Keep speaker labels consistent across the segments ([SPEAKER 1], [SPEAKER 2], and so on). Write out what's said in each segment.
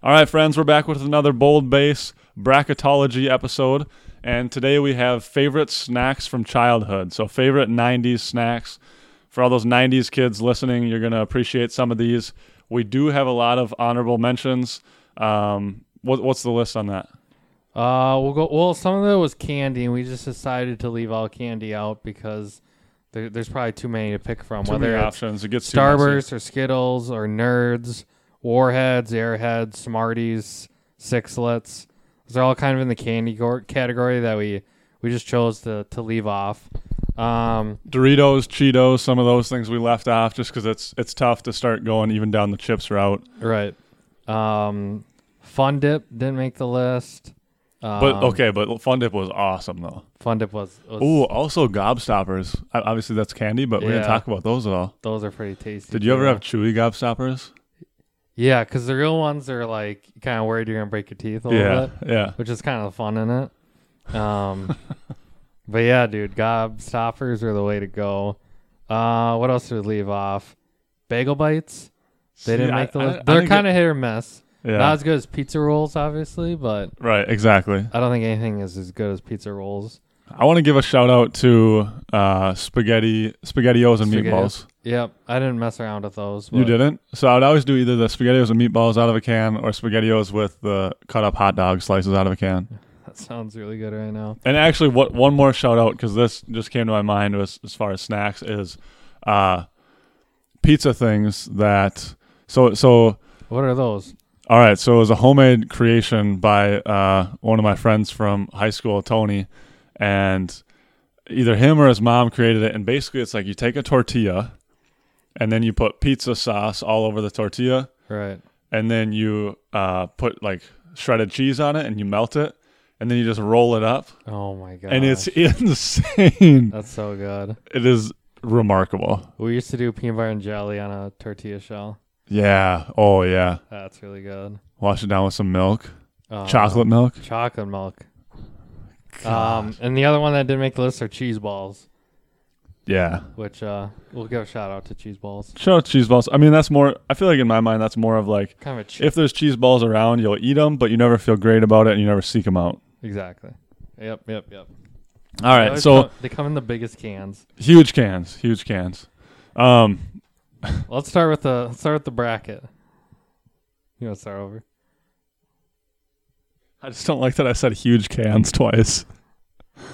[SPEAKER 1] All right, friends, we're back with another bold base bracketology episode, and today we have favorite snacks from childhood. So, favorite 90s snacks. For all those 90s kids listening, you're going to appreciate some of these. We do have a lot of honorable mentions. Um, what, what's the list on that?
[SPEAKER 2] Uh, we'll go. Well, some of it was candy, and we just decided to leave all candy out because there, there's probably too many to pick from.
[SPEAKER 1] Too
[SPEAKER 2] whether
[SPEAKER 1] many
[SPEAKER 2] it's
[SPEAKER 1] options. It gets too messy.
[SPEAKER 2] Starburst or Skittles or Nerds, Warheads, Airheads, Smarties, Sixlets. Those are all kind of in the candy gor- category that we we just chose to to leave off. Um,
[SPEAKER 1] Doritos, Cheetos, some of those things we left off just because it's it's tough to start going even down the chips route.
[SPEAKER 2] right. Um, Fun Dip didn't make the list. Um,
[SPEAKER 1] But okay, but Fun Dip was awesome though.
[SPEAKER 2] Fun Dip was. was
[SPEAKER 1] Ooh, also gobstoppers. O- Obviously, that's candy, but we didn't
[SPEAKER 2] Yeah.
[SPEAKER 1] talk about those at all.
[SPEAKER 2] those are pretty tasty.
[SPEAKER 1] Did you ever
[SPEAKER 2] too.
[SPEAKER 1] have chewy gobstoppers?
[SPEAKER 2] Yeah, because the real ones are like kind of worried you're gonna break your teeth a little
[SPEAKER 1] Yeah,
[SPEAKER 2] bit,
[SPEAKER 1] yeah.
[SPEAKER 2] which is kind of fun in it. Um, but yeah, dude, gobstoppers are the way to go. Uh, what else did we leave off? Bagel bites. They didn't make the list. They're kind of hit or miss.
[SPEAKER 1] yeah.
[SPEAKER 2] Not as good as pizza rolls, obviously, but
[SPEAKER 1] right. Exactly.
[SPEAKER 2] I don't think anything is as good as pizza rolls.
[SPEAKER 1] I want to give a shout out to uh, spaghetti, spaghettios and meatballs.
[SPEAKER 2] Yep, I didn't mess around with those.
[SPEAKER 1] You
[SPEAKER 2] but-
[SPEAKER 1] didn't. So I would always do either the spaghettios and meatballs out of a can, or spaghettios with the cut up hot dog slices out of a can.
[SPEAKER 2] That sounds really good right now.
[SPEAKER 1] And actually, what one more shout out because this just came to my mind was as far as snacks is uh, pizza things that so so.
[SPEAKER 2] What are those?
[SPEAKER 1] All right, so it was a homemade creation by uh, one of my friends from high school, Tony, and either him or his mom created it. And basically, it's like you take a tortilla, and then you put pizza sauce all over the tortilla,
[SPEAKER 2] Right.
[SPEAKER 1] and then you uh, put like shredded cheese on it, and you melt it, and then you just roll it up,
[SPEAKER 2] Oh my god.
[SPEAKER 1] and it's insane.
[SPEAKER 2] that's so good.
[SPEAKER 1] It is remarkable.
[SPEAKER 2] We used to do peanut butter and jelly on a tortilla shell.
[SPEAKER 1] Yeah. Oh yeah.
[SPEAKER 2] That's really good.
[SPEAKER 1] Wash it down with some milk,
[SPEAKER 2] Uh,
[SPEAKER 1] chocolate milk.
[SPEAKER 2] chocolate milk. Um, and the other one that didn't make the list are cheese balls,
[SPEAKER 1] Yeah.
[SPEAKER 2] which uh, we'll give a shout out to cheese balls.
[SPEAKER 1] Shout out cheese balls. I mean, that's more. I feel like in my mind, that's more of like
[SPEAKER 2] Kind of a che-
[SPEAKER 1] if there's cheese balls around, you'll eat them, but you never feel great about it, and you never seek them out.
[SPEAKER 2] exactly. Yep, yep, yep.
[SPEAKER 1] All
[SPEAKER 2] They
[SPEAKER 1] right,
[SPEAKER 2] always
[SPEAKER 1] so
[SPEAKER 2] come- they come in the biggest cans.
[SPEAKER 1] huge cans, huge cans. Um,
[SPEAKER 2] Let's start with the let's start with the bracket. You want to start over?
[SPEAKER 1] I just don't like that I said huge cans twice.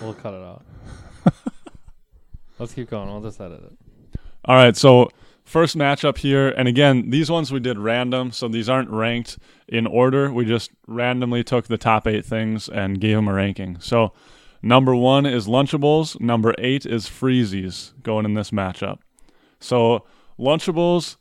[SPEAKER 2] We'll cut it out. let's keep going. We'll just edit it.
[SPEAKER 1] All right, so first matchup here, and again, these ones we did random, so these aren't ranked in order. We just randomly took the top eight things and gave them a ranking. So number one is Lunchables, number eight is Freezies going in this matchup. So Lunchables,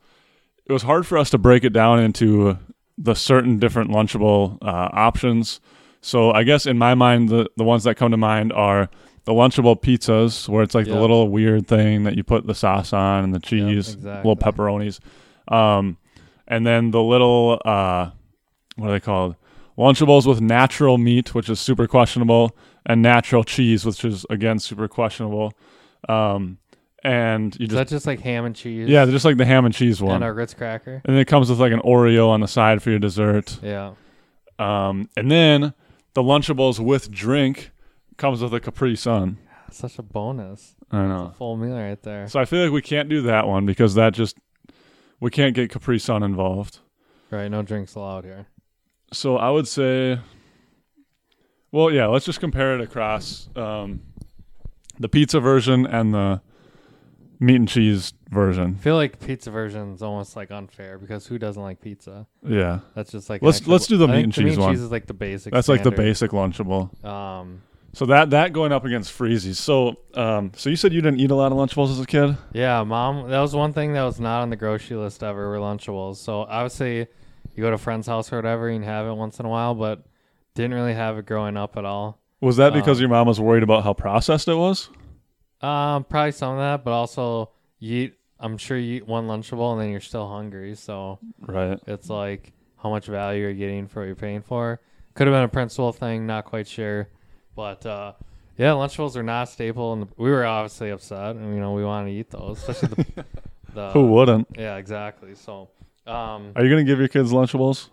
[SPEAKER 1] it was hard for us to break it down into the certain different Lunchable uh, options. So I guess in my mind, the, the ones that come to mind are the Lunchable pizzas, where it's like the
[SPEAKER 2] Yeah.
[SPEAKER 1] little weird thing that you put the sauce on and the cheese, little
[SPEAKER 2] exactly.
[SPEAKER 1] pepperonis, um, and then the little uh, what are they called? Lunchables with natural meat, which is super questionable, and natural cheese, which is again super questionable. Um, and you
[SPEAKER 2] Is
[SPEAKER 1] just
[SPEAKER 2] that just like ham and cheese?
[SPEAKER 1] yeah, they're just like the ham and cheese one.
[SPEAKER 2] and our Ritz cracker.
[SPEAKER 1] And then it comes with like an Oreo on the side for your dessert.
[SPEAKER 2] Yeah.
[SPEAKER 1] Um, and then the Lunchables with drink comes with a Capri Sun.
[SPEAKER 2] Such a bonus.
[SPEAKER 1] I
[SPEAKER 2] It's
[SPEAKER 1] know.
[SPEAKER 2] a full meal right there.
[SPEAKER 1] So I feel like we can't do that one because that just we can't get Capri Sun involved.
[SPEAKER 2] Right, no drinks allowed here.
[SPEAKER 1] So I would say, well, yeah, let's just compare it across um, the pizza version and the meat and cheese version.
[SPEAKER 2] I feel like pizza version's almost like unfair because who doesn't like pizza?
[SPEAKER 1] Yeah,
[SPEAKER 2] That's just like
[SPEAKER 1] Let's- let's do the
[SPEAKER 2] I
[SPEAKER 1] meat
[SPEAKER 2] think
[SPEAKER 1] and
[SPEAKER 2] the meat
[SPEAKER 1] cheese one.
[SPEAKER 2] cheese is like the basic.
[SPEAKER 1] that's like the
[SPEAKER 2] standard.
[SPEAKER 1] basic Lunchable.
[SPEAKER 2] Um,
[SPEAKER 1] So that that going up against Freezy. So um, so you said you didn't eat a lot of Lunchables as a kid.
[SPEAKER 2] yeah, mom. That was one thing that was not on the grocery list ever. Were Lunchables. So obviously, you go to a friend's house or whatever and have it once in a while, but didn't really have it growing up at all.
[SPEAKER 1] Was that because
[SPEAKER 2] Um,
[SPEAKER 1] your mom was worried about how processed it was?
[SPEAKER 2] Um, probably some of that, but also you eat. I'm sure you eat one Lunchable and then you're still hungry. So
[SPEAKER 1] Right.
[SPEAKER 2] It's like how much value you're getting for what you're paying for. Could have been a principal thing, not quite sure. But uh, yeah, Lunchables are not a staple, and we were obviously upset, and you know we want to eat those, especially the. the
[SPEAKER 1] Who wouldn't?
[SPEAKER 2] Yeah, exactly. So, um,
[SPEAKER 1] Are you gonna give your kids Lunchables?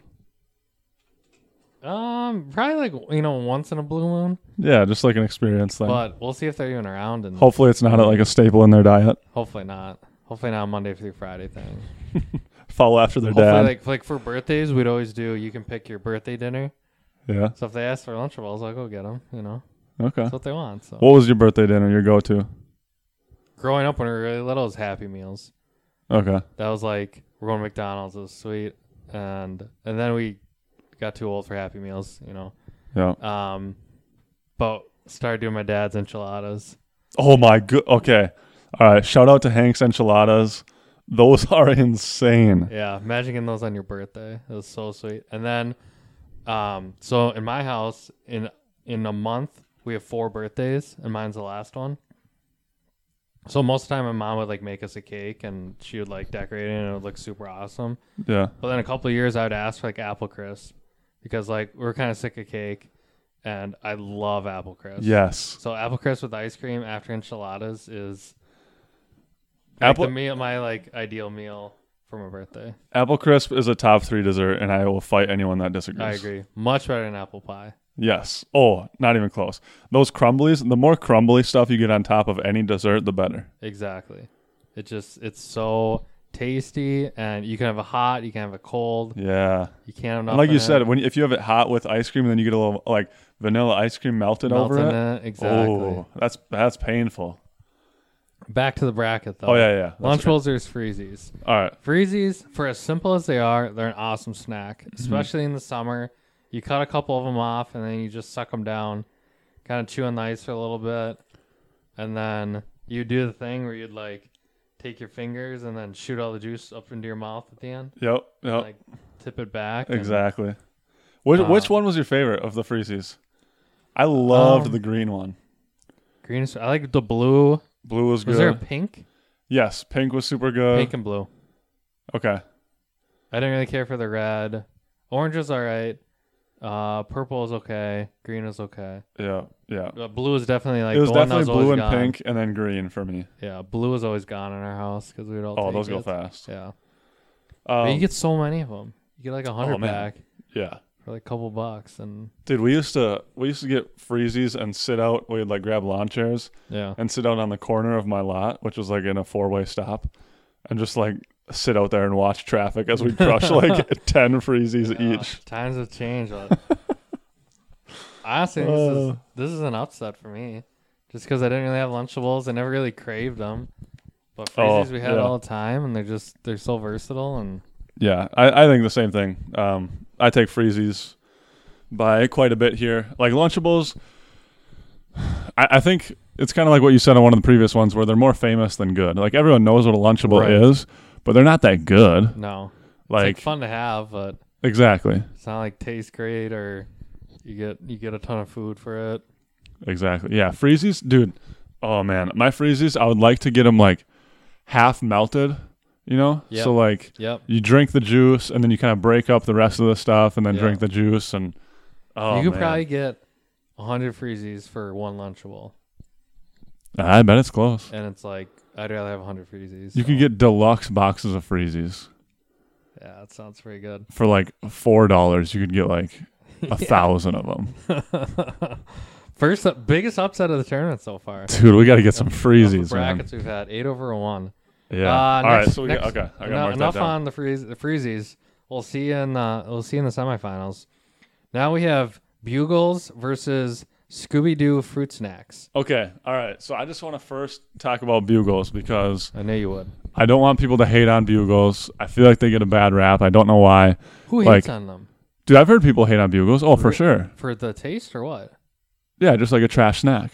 [SPEAKER 2] Um, probably like you know once in a blue moon,
[SPEAKER 1] Yeah, just like an experience thing.
[SPEAKER 2] but we'll see if they're even around. And
[SPEAKER 1] Hopefully, it's not like a staple in their diet.
[SPEAKER 2] hopefully not. Hopefully not a Monday through Friday thing.
[SPEAKER 1] Follow after their
[SPEAKER 2] Hopefully,
[SPEAKER 1] dad.
[SPEAKER 2] like like for birthdays, we'd always do. You can pick your birthday dinner.
[SPEAKER 1] yeah.
[SPEAKER 2] So if they ask for Lunchables, I'll go get them. You know,
[SPEAKER 1] Okay.
[SPEAKER 2] that's what they want. So
[SPEAKER 1] What was your birthday dinner? Your go-to?
[SPEAKER 2] growing up when we were really little, it was Happy Meals.
[SPEAKER 1] Okay.
[SPEAKER 2] That was like we're going to McDonald's. It was sweet, and and then we got too old for Happy Meals. You know,
[SPEAKER 1] Yeah.
[SPEAKER 2] um, but started doing my dad's enchiladas.
[SPEAKER 1] Oh my good. Okay. All right. Shout out to Hank's enchiladas. Those are insane.
[SPEAKER 2] Yeah, imagine getting those on your birthday. It was so sweet. And then, um, so in my house, in in a month, we have four birthdays, and mine's the last one. So most of the time, my mom would like make us a cake, and she would like decorate it, and it would look super awesome.
[SPEAKER 1] Yeah.
[SPEAKER 2] But then a couple of years, I would ask for like apple crisp, because like we are kind of sick of cake, and I love apple crisp.
[SPEAKER 1] Yes.
[SPEAKER 2] So apple crisp with ice cream after enchiladas is
[SPEAKER 1] Apple-
[SPEAKER 2] apple the meal, my like ideal meal for my birthday.
[SPEAKER 1] Apple crisp is a top three dessert, and I will fight anyone that disagrees.
[SPEAKER 2] I agree. Much better than apple pie.
[SPEAKER 1] Yes. Oh, not even close. Those crumblies. The more crumbly stuff you get on top of any dessert, the better.
[SPEAKER 2] Exactly. It just it's so tasty and you can have a hot, you can have a cold,
[SPEAKER 1] Yeah.
[SPEAKER 2] you can't have
[SPEAKER 1] And
[SPEAKER 2] nothing.
[SPEAKER 1] like you
[SPEAKER 2] in
[SPEAKER 1] said,
[SPEAKER 2] it,
[SPEAKER 1] when you, if you have it hot with ice cream, and then you get a little like vanilla ice cream melted
[SPEAKER 2] melt
[SPEAKER 1] over
[SPEAKER 2] in
[SPEAKER 1] it.
[SPEAKER 2] it. Exactly.
[SPEAKER 1] Oh, that's that's painful.
[SPEAKER 2] Back to the bracket though.
[SPEAKER 1] Oh yeah, yeah. That's right.
[SPEAKER 2] Lunchables versus freezies.
[SPEAKER 1] All right.
[SPEAKER 2] Freezies, for as simple as they are, they're an awesome snack,
[SPEAKER 1] Mm-hmm.
[SPEAKER 2] especially in the summer. You cut a couple of them off and then you just suck them down, kind of chew on the ice for a little bit, and then you do the thing where you'd like take your fingers and then shoot all the juice up into your mouth at the end,
[SPEAKER 1] Yep. Yep.
[SPEAKER 2] like tip it back. and-
[SPEAKER 1] Exactly. Which
[SPEAKER 2] Uh,
[SPEAKER 1] which one was your favorite of the freezies? I loved
[SPEAKER 2] Um,
[SPEAKER 1] the green one.
[SPEAKER 2] Green. is- I like the blue.
[SPEAKER 1] Blue was good. Uh.
[SPEAKER 2] Was there a pink?
[SPEAKER 1] yes, pink was super good.
[SPEAKER 2] pink and blue.
[SPEAKER 1] okay.
[SPEAKER 2] I didn't really care for the red. Orange is all right. Uh, purple is okay. Green is okay.
[SPEAKER 1] Yeah. Yeah.
[SPEAKER 2] Uh, blue is definitely like
[SPEAKER 1] it was
[SPEAKER 2] the one that
[SPEAKER 1] definitely blue
[SPEAKER 2] always
[SPEAKER 1] and
[SPEAKER 2] gone.
[SPEAKER 1] pink and then green for me.
[SPEAKER 2] Yeah, blue is always gone in our house because we'd all.
[SPEAKER 1] Oh,
[SPEAKER 2] take
[SPEAKER 1] those go
[SPEAKER 2] it.
[SPEAKER 1] fast.
[SPEAKER 2] Yeah,
[SPEAKER 1] Um, oh,
[SPEAKER 2] but you get so many of them. You get like a hundred
[SPEAKER 1] man.
[SPEAKER 2] pack
[SPEAKER 1] yeah.
[SPEAKER 2] for like a couple bucks, and
[SPEAKER 1] Dude, we used to we used to get freezies and sit out. We'd like grab lawn chairs
[SPEAKER 2] yeah,
[SPEAKER 1] and sit out on the corner of my lot, which was like in a four way stop, and just like sit out there and watch traffic as we crush like ten freezies
[SPEAKER 2] Yeah,
[SPEAKER 1] each.
[SPEAKER 2] Times have changed. but- Honestly, this is
[SPEAKER 1] Uh.
[SPEAKER 2] this is an upset for me, just because I didn't really have Lunchables. I never really craved them, but
[SPEAKER 1] Oh,
[SPEAKER 2] freezies we had
[SPEAKER 1] yeah.
[SPEAKER 2] all the time, and they're just they're so versatile. And
[SPEAKER 1] Yeah, I, I think the same thing. Um, I take freezies by quite a bit here. Like Lunchables, I, I think it's kind of like what you said on one of the previous ones, where they're more famous than good. Like everyone knows what a Lunchable
[SPEAKER 2] Right.
[SPEAKER 1] is, but they're not that good.
[SPEAKER 2] no, it's like
[SPEAKER 1] Like
[SPEAKER 2] fun to have, but
[SPEAKER 1] exactly,
[SPEAKER 2] it's not like tastes great or you get you get a ton of food for it.
[SPEAKER 1] exactly. Yeah, freezies, dude. Oh man, my freezies. I would like to get them like half melted. You know,
[SPEAKER 2] Yep.
[SPEAKER 1] so like
[SPEAKER 2] Yep.
[SPEAKER 1] you drink the juice and then you kind of break up the rest of the stuff and then
[SPEAKER 2] Yeah.
[SPEAKER 1] drink the juice and oh
[SPEAKER 2] you could
[SPEAKER 1] man.
[SPEAKER 2] probably get 100 freezies for one Lunchable.
[SPEAKER 1] I bet it's close.
[SPEAKER 2] And it's like, I'd rather have 100 freezies.
[SPEAKER 1] You
[SPEAKER 2] so-
[SPEAKER 1] could get deluxe boxes of freezies
[SPEAKER 2] Yeah, that sounds pretty good.
[SPEAKER 1] for like four dollars. You could get like a thousand of them,
[SPEAKER 2] First, up, biggest upset of the tournament so far.
[SPEAKER 1] dude. We got to get some
[SPEAKER 2] Of the
[SPEAKER 1] freezies, man.
[SPEAKER 2] brackets we've had eight over a one.
[SPEAKER 1] Yeah.
[SPEAKER 2] Uh,
[SPEAKER 1] All right.
[SPEAKER 2] next-
[SPEAKER 1] So we
[SPEAKER 2] next-
[SPEAKER 1] got, okay. I got
[SPEAKER 2] enou-
[SPEAKER 1] mark that
[SPEAKER 2] enough
[SPEAKER 1] down.
[SPEAKER 2] on the freeze the freezies. We'll see you in the we'll see you in the semifinals. Now we have Bugles versus Scooby Doo fruit snacks.
[SPEAKER 1] okay. All right. So I just want to first talk about bugles because
[SPEAKER 2] I know you would.
[SPEAKER 1] I don't want people to hate on bugles. I feel like they get a bad rap. I don't know why.
[SPEAKER 2] Who
[SPEAKER 1] Like-
[SPEAKER 2] hates on them
[SPEAKER 1] Dude, I've heard people hate on bugles. Oh, for sure.
[SPEAKER 2] for the taste or what?
[SPEAKER 1] Yeah, just like a trash snack.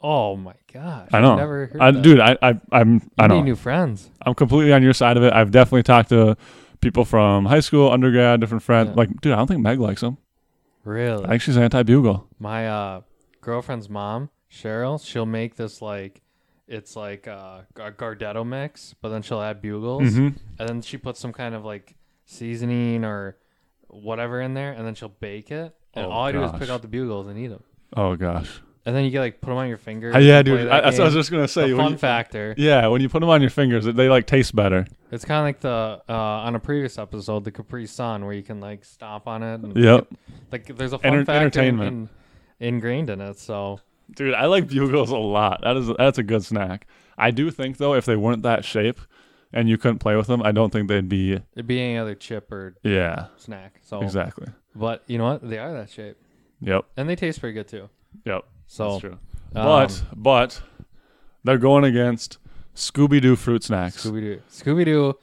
[SPEAKER 2] Oh my gosh!
[SPEAKER 1] I
[SPEAKER 2] I've
[SPEAKER 1] know.
[SPEAKER 2] Never heard
[SPEAKER 1] I,
[SPEAKER 2] that.
[SPEAKER 1] dude, I, I, I'm, I
[SPEAKER 2] You
[SPEAKER 1] know.
[SPEAKER 2] need new friends.
[SPEAKER 1] I'm completely on your side of it. I've definitely talked to people from high school, undergrad, different friends.
[SPEAKER 2] Yeah.
[SPEAKER 1] Like, dude, I don't think Meg likes them.
[SPEAKER 2] Really?
[SPEAKER 1] I think she's anti bugle.
[SPEAKER 2] My uh, girlfriend's mom, Cheryl, she'll make this like, it's like uh, a Gardetto mix, but then she'll add bugles,
[SPEAKER 1] Mhm.
[SPEAKER 2] and then she puts some kind of like seasoning or whatever in there, and then she'll bake it. And
[SPEAKER 1] Oh,
[SPEAKER 2] all I do is
[SPEAKER 1] gosh.
[SPEAKER 2] pick out the bugles and eat them.
[SPEAKER 1] Oh gosh.
[SPEAKER 2] And then you get like put them on your fingers.
[SPEAKER 1] Uh, yeah,
[SPEAKER 2] and play
[SPEAKER 1] dude.
[SPEAKER 2] that
[SPEAKER 1] I, that's what I was
[SPEAKER 2] game.
[SPEAKER 1] just gonna
[SPEAKER 2] The
[SPEAKER 1] say. When
[SPEAKER 2] fun
[SPEAKER 1] you,
[SPEAKER 2] factor.
[SPEAKER 1] yeah, when you put them on your fingers, they like taste better.
[SPEAKER 2] It's kind of like the uh, on a previous episode, the Capri Sun, where you can like stomp on it and
[SPEAKER 1] Yep.
[SPEAKER 2] Like there's a fun
[SPEAKER 1] Enter-
[SPEAKER 2] fact in-
[SPEAKER 1] entertainment.
[SPEAKER 2] in- ingrained in it. So
[SPEAKER 1] Dude, I like bugles a lot. That is that's a good snack. I do think though, if they weren't that shape and you couldn't play with them, I don't think they'd be.
[SPEAKER 2] it'd be any other chip or
[SPEAKER 1] Yeah,
[SPEAKER 2] snack. So
[SPEAKER 1] exactly.
[SPEAKER 2] but you know what? They are that shape.
[SPEAKER 1] Yep,
[SPEAKER 2] And they taste pretty good too.
[SPEAKER 1] yep.
[SPEAKER 2] So um,
[SPEAKER 1] that's true. But but they're going against Scooby Doo fruit snacks.
[SPEAKER 2] Scooby Doo. Scooby Doo.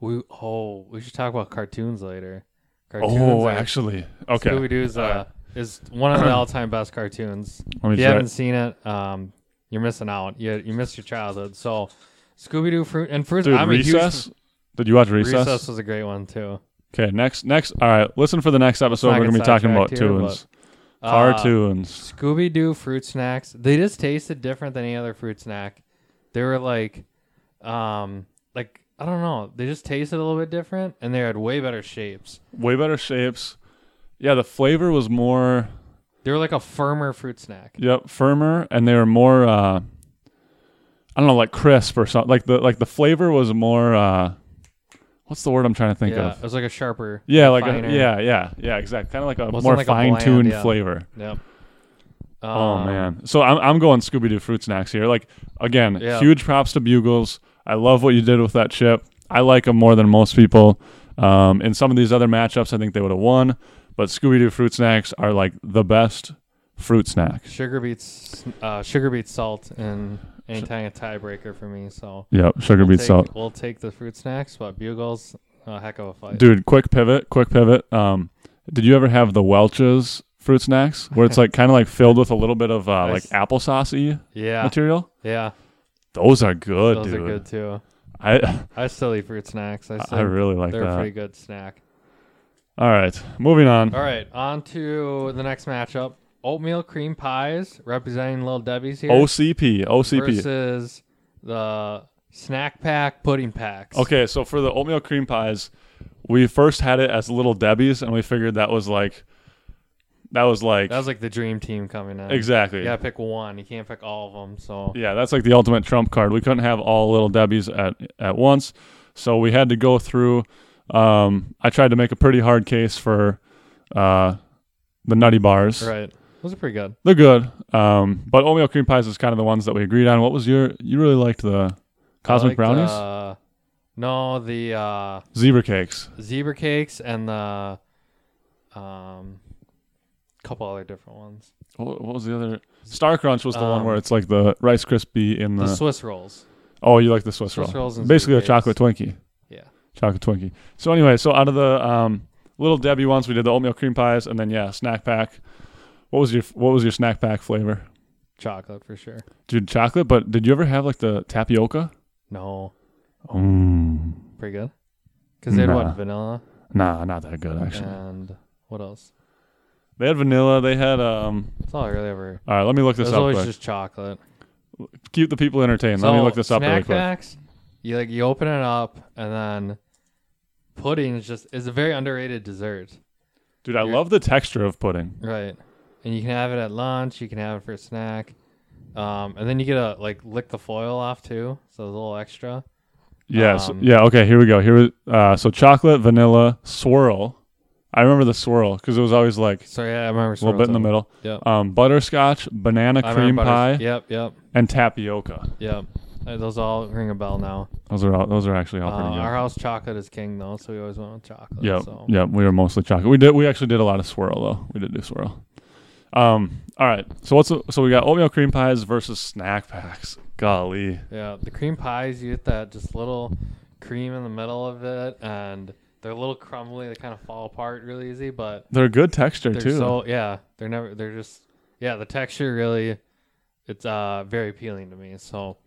[SPEAKER 2] We oh, we should talk about cartoons later. Cartoons
[SPEAKER 1] oh,
[SPEAKER 2] are-
[SPEAKER 1] actually, okay.
[SPEAKER 2] Scooby Doo's uh,
[SPEAKER 1] All right.
[SPEAKER 2] is one of the all time best cartoons.
[SPEAKER 1] Let me
[SPEAKER 2] if you
[SPEAKER 1] try-
[SPEAKER 2] haven't seen it, um, you're missing out. You you missed your childhood. So Scooby Doo fruit and fruit.
[SPEAKER 1] Dude,
[SPEAKER 2] I'm
[SPEAKER 1] recess.
[SPEAKER 2] A
[SPEAKER 1] Did you watch
[SPEAKER 2] huge,
[SPEAKER 1] recess?
[SPEAKER 2] recess was a great one too.
[SPEAKER 1] Okay, next next. All right, listen for the next episode.
[SPEAKER 2] not
[SPEAKER 1] We're gonna be
[SPEAKER 2] get
[SPEAKER 1] talking about
[SPEAKER 2] sidetracked here,
[SPEAKER 1] tunes,
[SPEAKER 2] Uh,
[SPEAKER 1] cartoons.
[SPEAKER 2] Scooby Doo fruit snacks. They just tasted different than any other fruit snack. They were like, um, like I don't know. They just tasted a little bit different, and they had way better shapes.
[SPEAKER 1] Way better shapes. Yeah, the flavor was more
[SPEAKER 2] They were like a firmer fruit snack.
[SPEAKER 1] Yep, firmer, and they were more. Uh, I don't know, like crisp or something. Like the like the flavor was more. Uh, what's the word I'm trying to think
[SPEAKER 2] yeah,
[SPEAKER 1] of?
[SPEAKER 2] it was like a sharper.
[SPEAKER 1] Yeah, like a,
[SPEAKER 2] finer.
[SPEAKER 1] yeah, yeah, yeah, exactly. Kind of like a
[SPEAKER 2] Wasn't
[SPEAKER 1] more
[SPEAKER 2] like a bland,
[SPEAKER 1] fine tuned
[SPEAKER 2] yeah.
[SPEAKER 1] flavor.
[SPEAKER 2] Yep.
[SPEAKER 1] oh
[SPEAKER 2] Um,
[SPEAKER 1] man, so I'm I'm going Scooby Doo fruit snacks here. Like again,
[SPEAKER 2] Yeah.
[SPEAKER 1] huge props to Bugles. I love what you did with that chip. I like them more than most people. Um, in some of these other matchups, I think they would have won, but Scooby Doo fruit snacks are like the best fruit snack.
[SPEAKER 2] Sugar beats uh, sugar beats salt and any kind of tiebreaker for me. So
[SPEAKER 1] Yep, sugar
[SPEAKER 2] we'll
[SPEAKER 1] beets
[SPEAKER 2] take,
[SPEAKER 1] salt.
[SPEAKER 2] We'll take the fruit snacks, but bugles, a heck of a fight.
[SPEAKER 1] dude quick pivot quick pivot um did you ever have the welch's fruit snacks where it's like kind of like filled with a little bit of uh, like
[SPEAKER 2] Nice.
[SPEAKER 1] applesauce
[SPEAKER 2] Yeah,
[SPEAKER 1] material
[SPEAKER 2] yeah,
[SPEAKER 1] those are good
[SPEAKER 2] those
[SPEAKER 1] dude
[SPEAKER 2] are good too.
[SPEAKER 1] i
[SPEAKER 2] I still eat fruit snacks. I, still,
[SPEAKER 1] i really like
[SPEAKER 2] they're a
[SPEAKER 1] that
[SPEAKER 2] pretty good snack.
[SPEAKER 1] all right moving on
[SPEAKER 2] All right, on to the next matchup: oatmeal cream pies, representing Little Debbie's here
[SPEAKER 1] ocp ocp
[SPEAKER 2] versus the snack pack pudding packs.
[SPEAKER 1] okay so for the oatmeal cream pies we first had it as little debbie's and we figured that was like that was like
[SPEAKER 2] that was like the dream team coming in.
[SPEAKER 1] exactly
[SPEAKER 2] You gotta pick one. You can't pick all of them. So
[SPEAKER 1] Yeah, that's like the ultimate trump card. We couldn't have all little Debbie's at at once, so we had to go through. Um, I tried to make a pretty hard case for uh, the Nutty Bars.
[SPEAKER 2] right, those are pretty good.
[SPEAKER 1] They're good, um, but oatmeal cream pies is kind of the ones that we agreed on. What was your? You really liked the
[SPEAKER 2] I
[SPEAKER 1] cosmic
[SPEAKER 2] liked,
[SPEAKER 1] brownies,
[SPEAKER 2] Uh, no, the uh,
[SPEAKER 1] zebra cakes.
[SPEAKER 2] zebra cakes and the um, couple other different ones.
[SPEAKER 1] What, what was the other? Star Crunch was the one
[SPEAKER 2] Um,
[SPEAKER 1] where it's like the Rice Krispie in the.
[SPEAKER 2] The Swiss rolls.
[SPEAKER 1] oh, you like the Swiss,
[SPEAKER 2] Swiss
[SPEAKER 1] roll?
[SPEAKER 2] rolls and
[SPEAKER 1] Basically, a
[SPEAKER 2] zebra cakes.
[SPEAKER 1] chocolate Twinkie.
[SPEAKER 2] Yeah.
[SPEAKER 1] chocolate Twinkie. So anyway, so out of the um, little Debbie ones, we did the oatmeal cream pies, and then yeah, snack pack. What was your What was your snack pack flavor,
[SPEAKER 2] Chocolate for sure.
[SPEAKER 1] dude? Chocolate, but did you ever have like the tapioca?
[SPEAKER 2] No,
[SPEAKER 1] Mm,
[SPEAKER 2] pretty good. Because they had
[SPEAKER 1] Nah.
[SPEAKER 2] what vanilla
[SPEAKER 1] nah, not that good actually.
[SPEAKER 2] and what else?
[SPEAKER 1] They had vanilla. They had um.
[SPEAKER 2] That's all I really ever.
[SPEAKER 1] All right, let me look
[SPEAKER 2] It
[SPEAKER 1] this
[SPEAKER 2] was
[SPEAKER 1] up.
[SPEAKER 2] always
[SPEAKER 1] Quick.
[SPEAKER 2] just chocolate.
[SPEAKER 1] Keep the people entertained. let me look this up
[SPEAKER 2] snack
[SPEAKER 1] really quick.
[SPEAKER 2] packs. You like you open it up and then pudding is just is a very underrated dessert.
[SPEAKER 1] Dude, I
[SPEAKER 2] Here.
[SPEAKER 1] love the texture of pudding.
[SPEAKER 2] Right. And you can have it at lunch, you can have it for a snack. Um, and then you get a like lick the foil off too, so a little extra.
[SPEAKER 1] Yes.
[SPEAKER 2] Um,
[SPEAKER 1] yeah. Okay. Here we go. Here. Uh, so chocolate, vanilla, swirl. I remember the swirl because it was always like
[SPEAKER 2] So yeah, I remember
[SPEAKER 1] a little bit in the middle.
[SPEAKER 2] Yep.
[SPEAKER 1] um, butterscotch, banana
[SPEAKER 2] I
[SPEAKER 1] cream
[SPEAKER 2] remember
[SPEAKER 1] pie,
[SPEAKER 2] butters- Yep, yep,
[SPEAKER 1] and tapioca.
[SPEAKER 2] yep. Uh, Those all ring a bell now.
[SPEAKER 1] Those are all, those are actually
[SPEAKER 2] Uh,
[SPEAKER 1] all pretty
[SPEAKER 2] our
[SPEAKER 1] good.
[SPEAKER 2] house chocolate is king though, so we always went with chocolate.
[SPEAKER 1] Yep,
[SPEAKER 2] So.
[SPEAKER 1] yep. We were mostly chocolate. We did we actually did a lot of swirl though. We did do swirl. Um. All right. So what's the- so we got oatmeal cream pies versus snack packs. Golly.
[SPEAKER 2] Yeah, the cream pies you get that just little cream in the middle of it, and they're a little crumbly. They kind of fall apart really easy, but
[SPEAKER 1] They're good texture
[SPEAKER 2] they're
[SPEAKER 1] too.
[SPEAKER 2] so yeah they're never they're just yeah the texture really it's uh very appealing to me so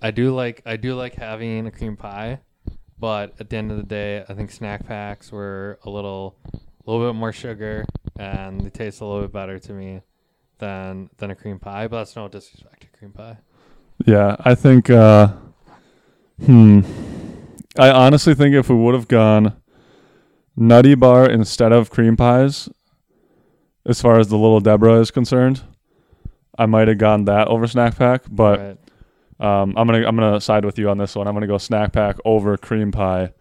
[SPEAKER 2] i do like i do like having a cream pie but at the end of the day i think snack packs were a little a little bit more sugar and they taste a little bit better to me than than a cream pie but that's no disrespect to cream pie
[SPEAKER 1] yeah, I think. Uh, hmm. I honestly think if we would have gone nutty bar instead of cream pies, as far as the little Deborah is concerned, I might have gone that over snack pack. But
[SPEAKER 2] right
[SPEAKER 1] Um, I'm gonna I'm gonna side with you on this one. I'm gonna go snack pack over cream pie.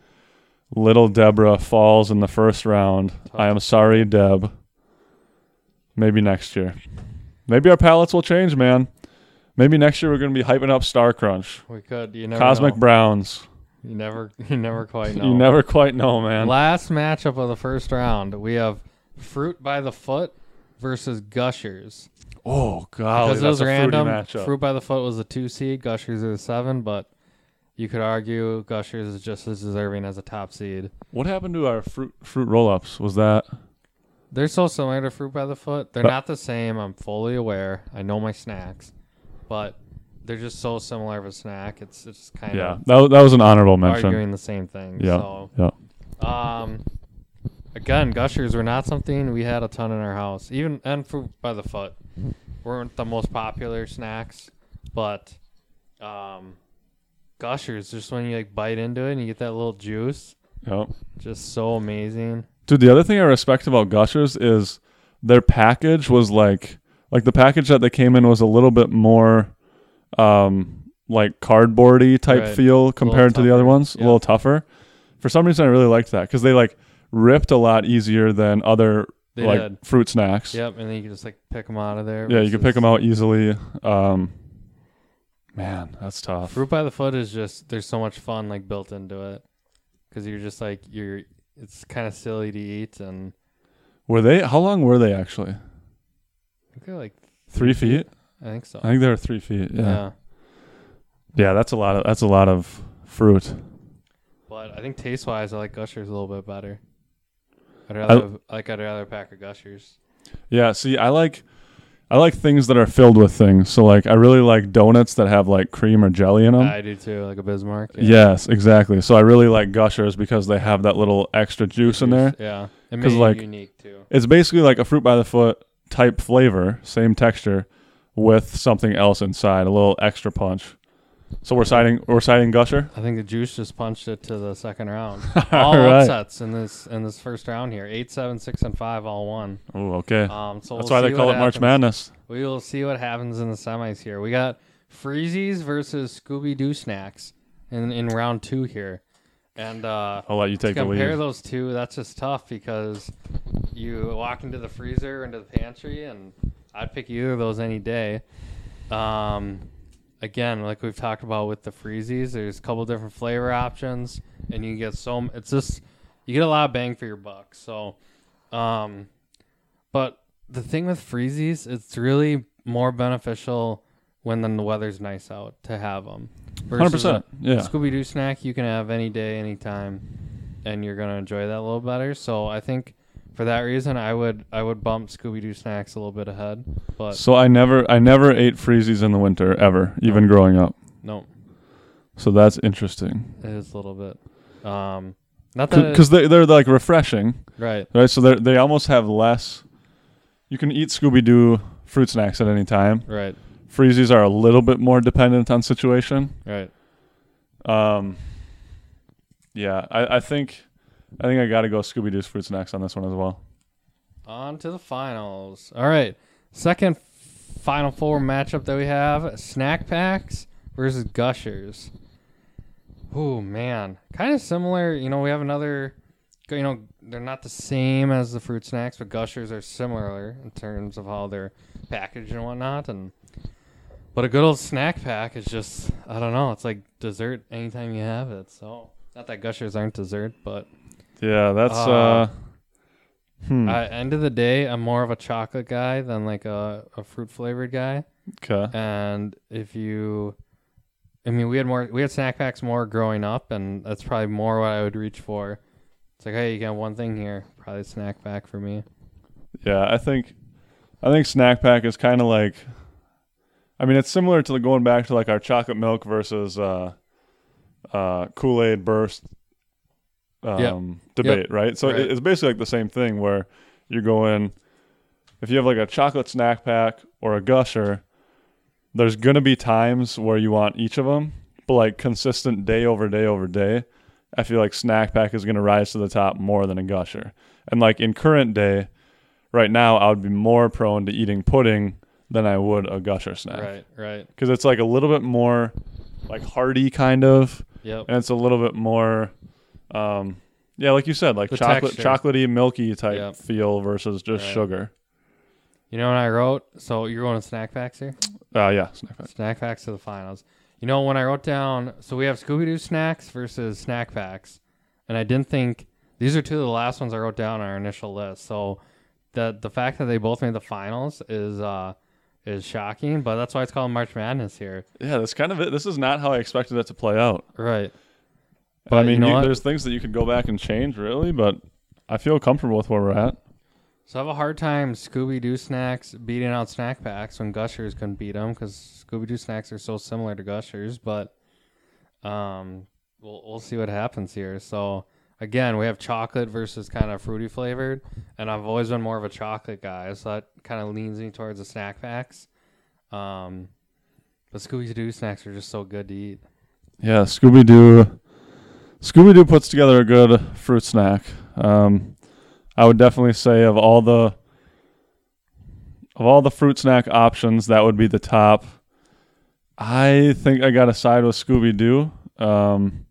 [SPEAKER 1] Little Deborah falls in the first round. I am sorry, Deb. Maybe next year. Maybe our palates will change, man. Maybe next year we're going to be hyping up Star Crunch,
[SPEAKER 2] We could. You never
[SPEAKER 1] Cosmic
[SPEAKER 2] know.
[SPEAKER 1] Browns.
[SPEAKER 2] you never. You never quite know.
[SPEAKER 1] You never quite know, man.
[SPEAKER 2] Last matchup of the first round, we have Fruit by the Foot versus Gushers.
[SPEAKER 1] oh, golly.
[SPEAKER 2] Because
[SPEAKER 1] That's
[SPEAKER 2] it was
[SPEAKER 1] a fruity
[SPEAKER 2] random.
[SPEAKER 1] matchup.
[SPEAKER 2] Fruit by the Foot was a two seed. Gushers are the seven, but you could argue Gushers is just as deserving as a top seed.
[SPEAKER 1] what happened to our fruit fruit roll ups? Was that.
[SPEAKER 2] They're so similar to Fruit by the Foot. They're
[SPEAKER 1] But-
[SPEAKER 2] not the same. I'm fully aware. I know my snacks, but they're just so similar of a snack. It's it's kind
[SPEAKER 1] Yeah.
[SPEAKER 2] of
[SPEAKER 1] That, that was an honorable mention.
[SPEAKER 2] arguing the same thing.
[SPEAKER 1] Yeah.
[SPEAKER 2] So
[SPEAKER 1] Yeah.
[SPEAKER 2] Um, again, gushers were not something we had a ton in our house. Even and fruit by the foot weren't the most popular snacks, but um, gushers just when you like bite into it and you get that little juice,
[SPEAKER 1] Yep.
[SPEAKER 2] just so amazing.
[SPEAKER 1] Dude, the other thing I respect about Gushers is their package was like like the package that they came in was a little bit more um like cardboardy type
[SPEAKER 2] Right.
[SPEAKER 1] feel compared to the other
[SPEAKER 2] tougher,
[SPEAKER 1] ones,
[SPEAKER 2] yeah.
[SPEAKER 1] a little tougher. For some reason I really liked that cuz they like ripped a lot easier than other
[SPEAKER 2] They
[SPEAKER 1] like
[SPEAKER 2] did.
[SPEAKER 1] fruit snacks.
[SPEAKER 2] Yep, and then you can just like pick them out of there.
[SPEAKER 1] Yeah, you can pick
[SPEAKER 2] versus-
[SPEAKER 1] them out easily. Um man, that's tough.
[SPEAKER 2] Fruit by the foot is just there's so much fun like built into it because you're just like you're. It's kind of silly to eat and
[SPEAKER 1] Were they how long were they actually?
[SPEAKER 2] I think they're like
[SPEAKER 1] 3 feet?
[SPEAKER 2] I think so.
[SPEAKER 1] I think they were 3 feet. Yeah. Yeah,
[SPEAKER 2] yeah.
[SPEAKER 1] that's a lot of that's a lot of fruit.
[SPEAKER 2] But I think taste wise, I like Gushers a little bit better. I'd
[SPEAKER 1] I-
[SPEAKER 2] rather have- like I'd rather a pack of Gushers.
[SPEAKER 1] Yeah, see, I like I like things that are filled with things. So like I really like donuts that have like cream or jelly in them.
[SPEAKER 2] I do too, like a Bismarck.
[SPEAKER 1] Yes, exactly. So I really like gushers because they have that little extra juice in there.
[SPEAKER 2] Yeah, it
[SPEAKER 1] 'Cause,
[SPEAKER 2] made
[SPEAKER 1] like-
[SPEAKER 2] it unique too.
[SPEAKER 1] It's basically like a fruit by the foot type flavor, same texture with something else inside, a little extra punch. So we're citing we're citing gusher.
[SPEAKER 2] I think the juice just punched it to the second round.
[SPEAKER 1] All
[SPEAKER 2] All
[SPEAKER 1] right.
[SPEAKER 2] upsets in this in this first round here. Eight, seven, six, and five all won.
[SPEAKER 1] Oh, okay.
[SPEAKER 2] Um, so
[SPEAKER 1] That's
[SPEAKER 2] we'll
[SPEAKER 1] why they
[SPEAKER 2] see
[SPEAKER 1] call it
[SPEAKER 2] what
[SPEAKER 1] March
[SPEAKER 2] happens.
[SPEAKER 1] Madness.
[SPEAKER 2] We will see what happens in the semis here. We got Freezies versus Scooby Doo snacks in in round two here, and uh,
[SPEAKER 1] I'll let you take
[SPEAKER 2] to
[SPEAKER 1] the
[SPEAKER 2] compare
[SPEAKER 1] lead.
[SPEAKER 2] those two, that's just tough because you walk into the freezer into the pantry, and I'd pick either of those any day. Um, again, like we've talked about with the freezies, there's a couple different flavor options, and you get so m- it's just you get a lot of bang for your buck. So, um, but the thing with freezies, it's really more beneficial when the weather's nice out to have them.
[SPEAKER 1] 100%. Yeah.
[SPEAKER 2] Scooby Doo snack you can have any day, anytime, and you're gonna enjoy that a little better. So I think for that reason, I would I would bump Scooby Doo snacks a little bit ahead. But
[SPEAKER 1] So I never I never ate freezies in the winter ever, even growing up.
[SPEAKER 2] no,
[SPEAKER 1] So that's interesting.
[SPEAKER 2] it is a little bit. Um, not that it-
[SPEAKER 1] because they they're like refreshing,
[SPEAKER 2] right,
[SPEAKER 1] right? So they they almost have less. You can eat Scooby Doo fruit snacks at any time.
[SPEAKER 2] right,
[SPEAKER 1] Freezies are a little bit more dependent on situation.
[SPEAKER 2] right.
[SPEAKER 1] Um, yeah, I, I think I think I got to go Scooby Doo's fruit snacks on this one as well.
[SPEAKER 2] On to the finals. All right, second final four matchup that we have: snack packs versus gushers. Oh man, kind of similar. You know, we have another. You know, they're not the same as the fruit snacks, but gushers are similar in terms of how they're packaged and whatnot. And but a good old snack pack is just I don't know. It's like dessert anytime you have it. So not that gushers aren't dessert, but
[SPEAKER 1] Yeah, that's uh,
[SPEAKER 2] Uh,
[SPEAKER 1] hmm,
[SPEAKER 2] Uh, end of the day, I'm more of a chocolate guy than like a, a fruit flavored guy.
[SPEAKER 1] okay.
[SPEAKER 2] And if you, I mean, we had more, we had snack packs more growing up, and that's probably more what I would reach for. It's like, hey, you got one thing here, probably snack pack for me.
[SPEAKER 1] Yeah, I think I think snack pack is kind of like I mean, it's similar to going back to like our chocolate milk versus uh uh Kool-Aid burst um
[SPEAKER 2] Yep.
[SPEAKER 1] debate, right? So it-
[SPEAKER 2] Right.
[SPEAKER 1] it's basically like the same thing where you're going if you have like a chocolate snack pack or a gusher, there's going to be times where you want each of them, but like consistent day over day over day, I feel like snack pack is going to rise to the top more than a gusher. And like in current day, right now, I would be more prone to eating pudding than I would a gusher snack
[SPEAKER 2] Right, right.
[SPEAKER 1] because it's like a little bit more like hearty kind of,
[SPEAKER 2] Yep.
[SPEAKER 1] and it's a little bit more, um, yeah, like you said, like
[SPEAKER 2] The
[SPEAKER 1] chocolate,
[SPEAKER 2] texture.
[SPEAKER 1] chocolatey, milky type
[SPEAKER 2] Yep.
[SPEAKER 1] feel versus just
[SPEAKER 2] Right.
[SPEAKER 1] sugar.
[SPEAKER 2] You know what I wrote? So you're going to snack facts here?
[SPEAKER 1] Uh, yeah, snack pack.
[SPEAKER 2] Snack packs to the finals. You know, when I wrote down, so we have Scooby Doo snacks versus snack packs, and I didn't think these are two of the last ones I wrote down on our initial list. So the the fact that they both made the finals is uh is shocking, but that's why it's called March Madness here,
[SPEAKER 1] Yeah, that's kind of it. This is not how I expected it to play out.
[SPEAKER 2] right?
[SPEAKER 1] But I
[SPEAKER 2] you
[SPEAKER 1] mean,
[SPEAKER 2] know
[SPEAKER 1] you-
[SPEAKER 2] what?
[SPEAKER 1] there's things that you could go back and change, really. But I feel comfortable with where we're at.
[SPEAKER 2] So I have a hard time Scooby Doo snacks beating out snack packs when Gushers couldn't beat them because Scooby Doo snacks are so similar to Gushers. But um, we'll we'll see what happens here. So again, we have chocolate versus kind of fruity flavored, and I've always been more of a chocolate guy, so that kind of leans me towards the snack packs. Um, but Scooby Doo snacks are just so good to eat.
[SPEAKER 1] Yeah, Scooby Doo. Scooby Doo puts together a good fruit snack. Um, I would definitely say of all the of all the fruit snack options, that would be the top. I think I got to side with Scooby Doo. Um,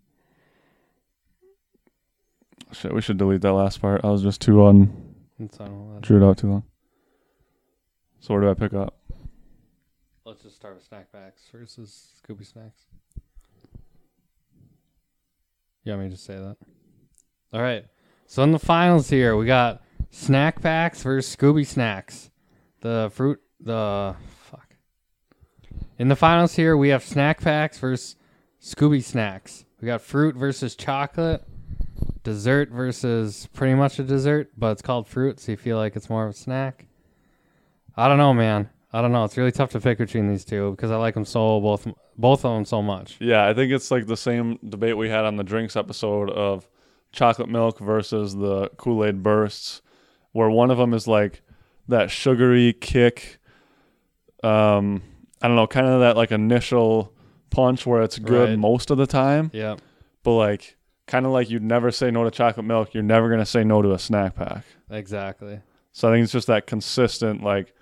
[SPEAKER 1] shit, we should delete that last part. I was just too on
[SPEAKER 2] And so I don't-
[SPEAKER 1] drew it out too long. So where do I pick up?
[SPEAKER 2] Let's just start with snack packs versus Scooby snacks. You want me to just say that? All right. So in the finals here, we got snack packs versus Scooby snacks. The fruit, the fuck. In the finals here, we have snack packs versus Scooby snacks. We got fruit versus chocolate, dessert versus pretty much a dessert, but it's called fruit, so you feel like it's more of a snack. I don't know, man. I don't know. It's really tough to pick between these two because I like them so both both of them so much.
[SPEAKER 1] Yeah, I think it's like the same debate we had on the drinks episode of chocolate milk versus the Kool Aid bursts, where one of them is like that sugary kick. Um, I don't know, kind of that like initial punch where it's good
[SPEAKER 2] Right.
[SPEAKER 1] most of the time,
[SPEAKER 2] Yep.
[SPEAKER 1] but like kind of like you'd never say no to chocolate milk. You're never gonna say no to a snack pack.
[SPEAKER 2] Exactly.
[SPEAKER 1] So I think it's just that consistent, like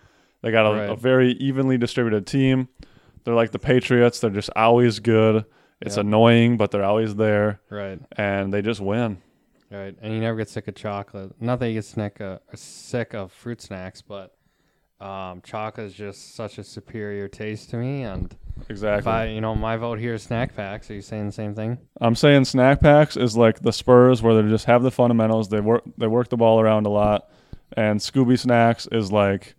[SPEAKER 1] they got a,
[SPEAKER 2] Right.
[SPEAKER 1] a very evenly distributed team. They're like the Patriots. They're just always good. It's
[SPEAKER 2] Yeah.
[SPEAKER 1] annoying, but they're always there,
[SPEAKER 2] Right.
[SPEAKER 1] and they just win.
[SPEAKER 2] Right. And you never get sick of chocolate. Not that you get sick of, sick of fruit snacks, but um, chocolate is just such a superior taste to me. And if
[SPEAKER 1] Exactly.
[SPEAKER 2] I, you know, my vote here is snack packs. Are you saying the same thing?
[SPEAKER 1] I'm saying snack packs is like the Spurs, where they just have the fundamentals. They work they work the ball around a lot, and Scooby Snacks is like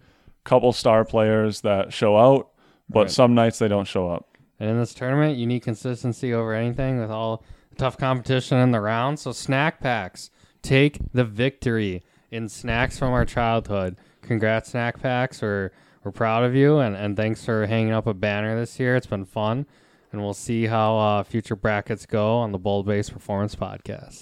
[SPEAKER 1] couple star players that show out, but
[SPEAKER 2] Right.
[SPEAKER 1] some nights they don't show up.
[SPEAKER 2] And in this tournament, you need consistency over anything with all the tough competition in the round. So, snack packs take the victory in snacks from our childhood. Congrats, snack packs. We're, we're proud of you. And, and thanks for hanging up a banner this year. It's been fun. And we'll see how uh, future brackets go on the Bold Base Performance Podcast.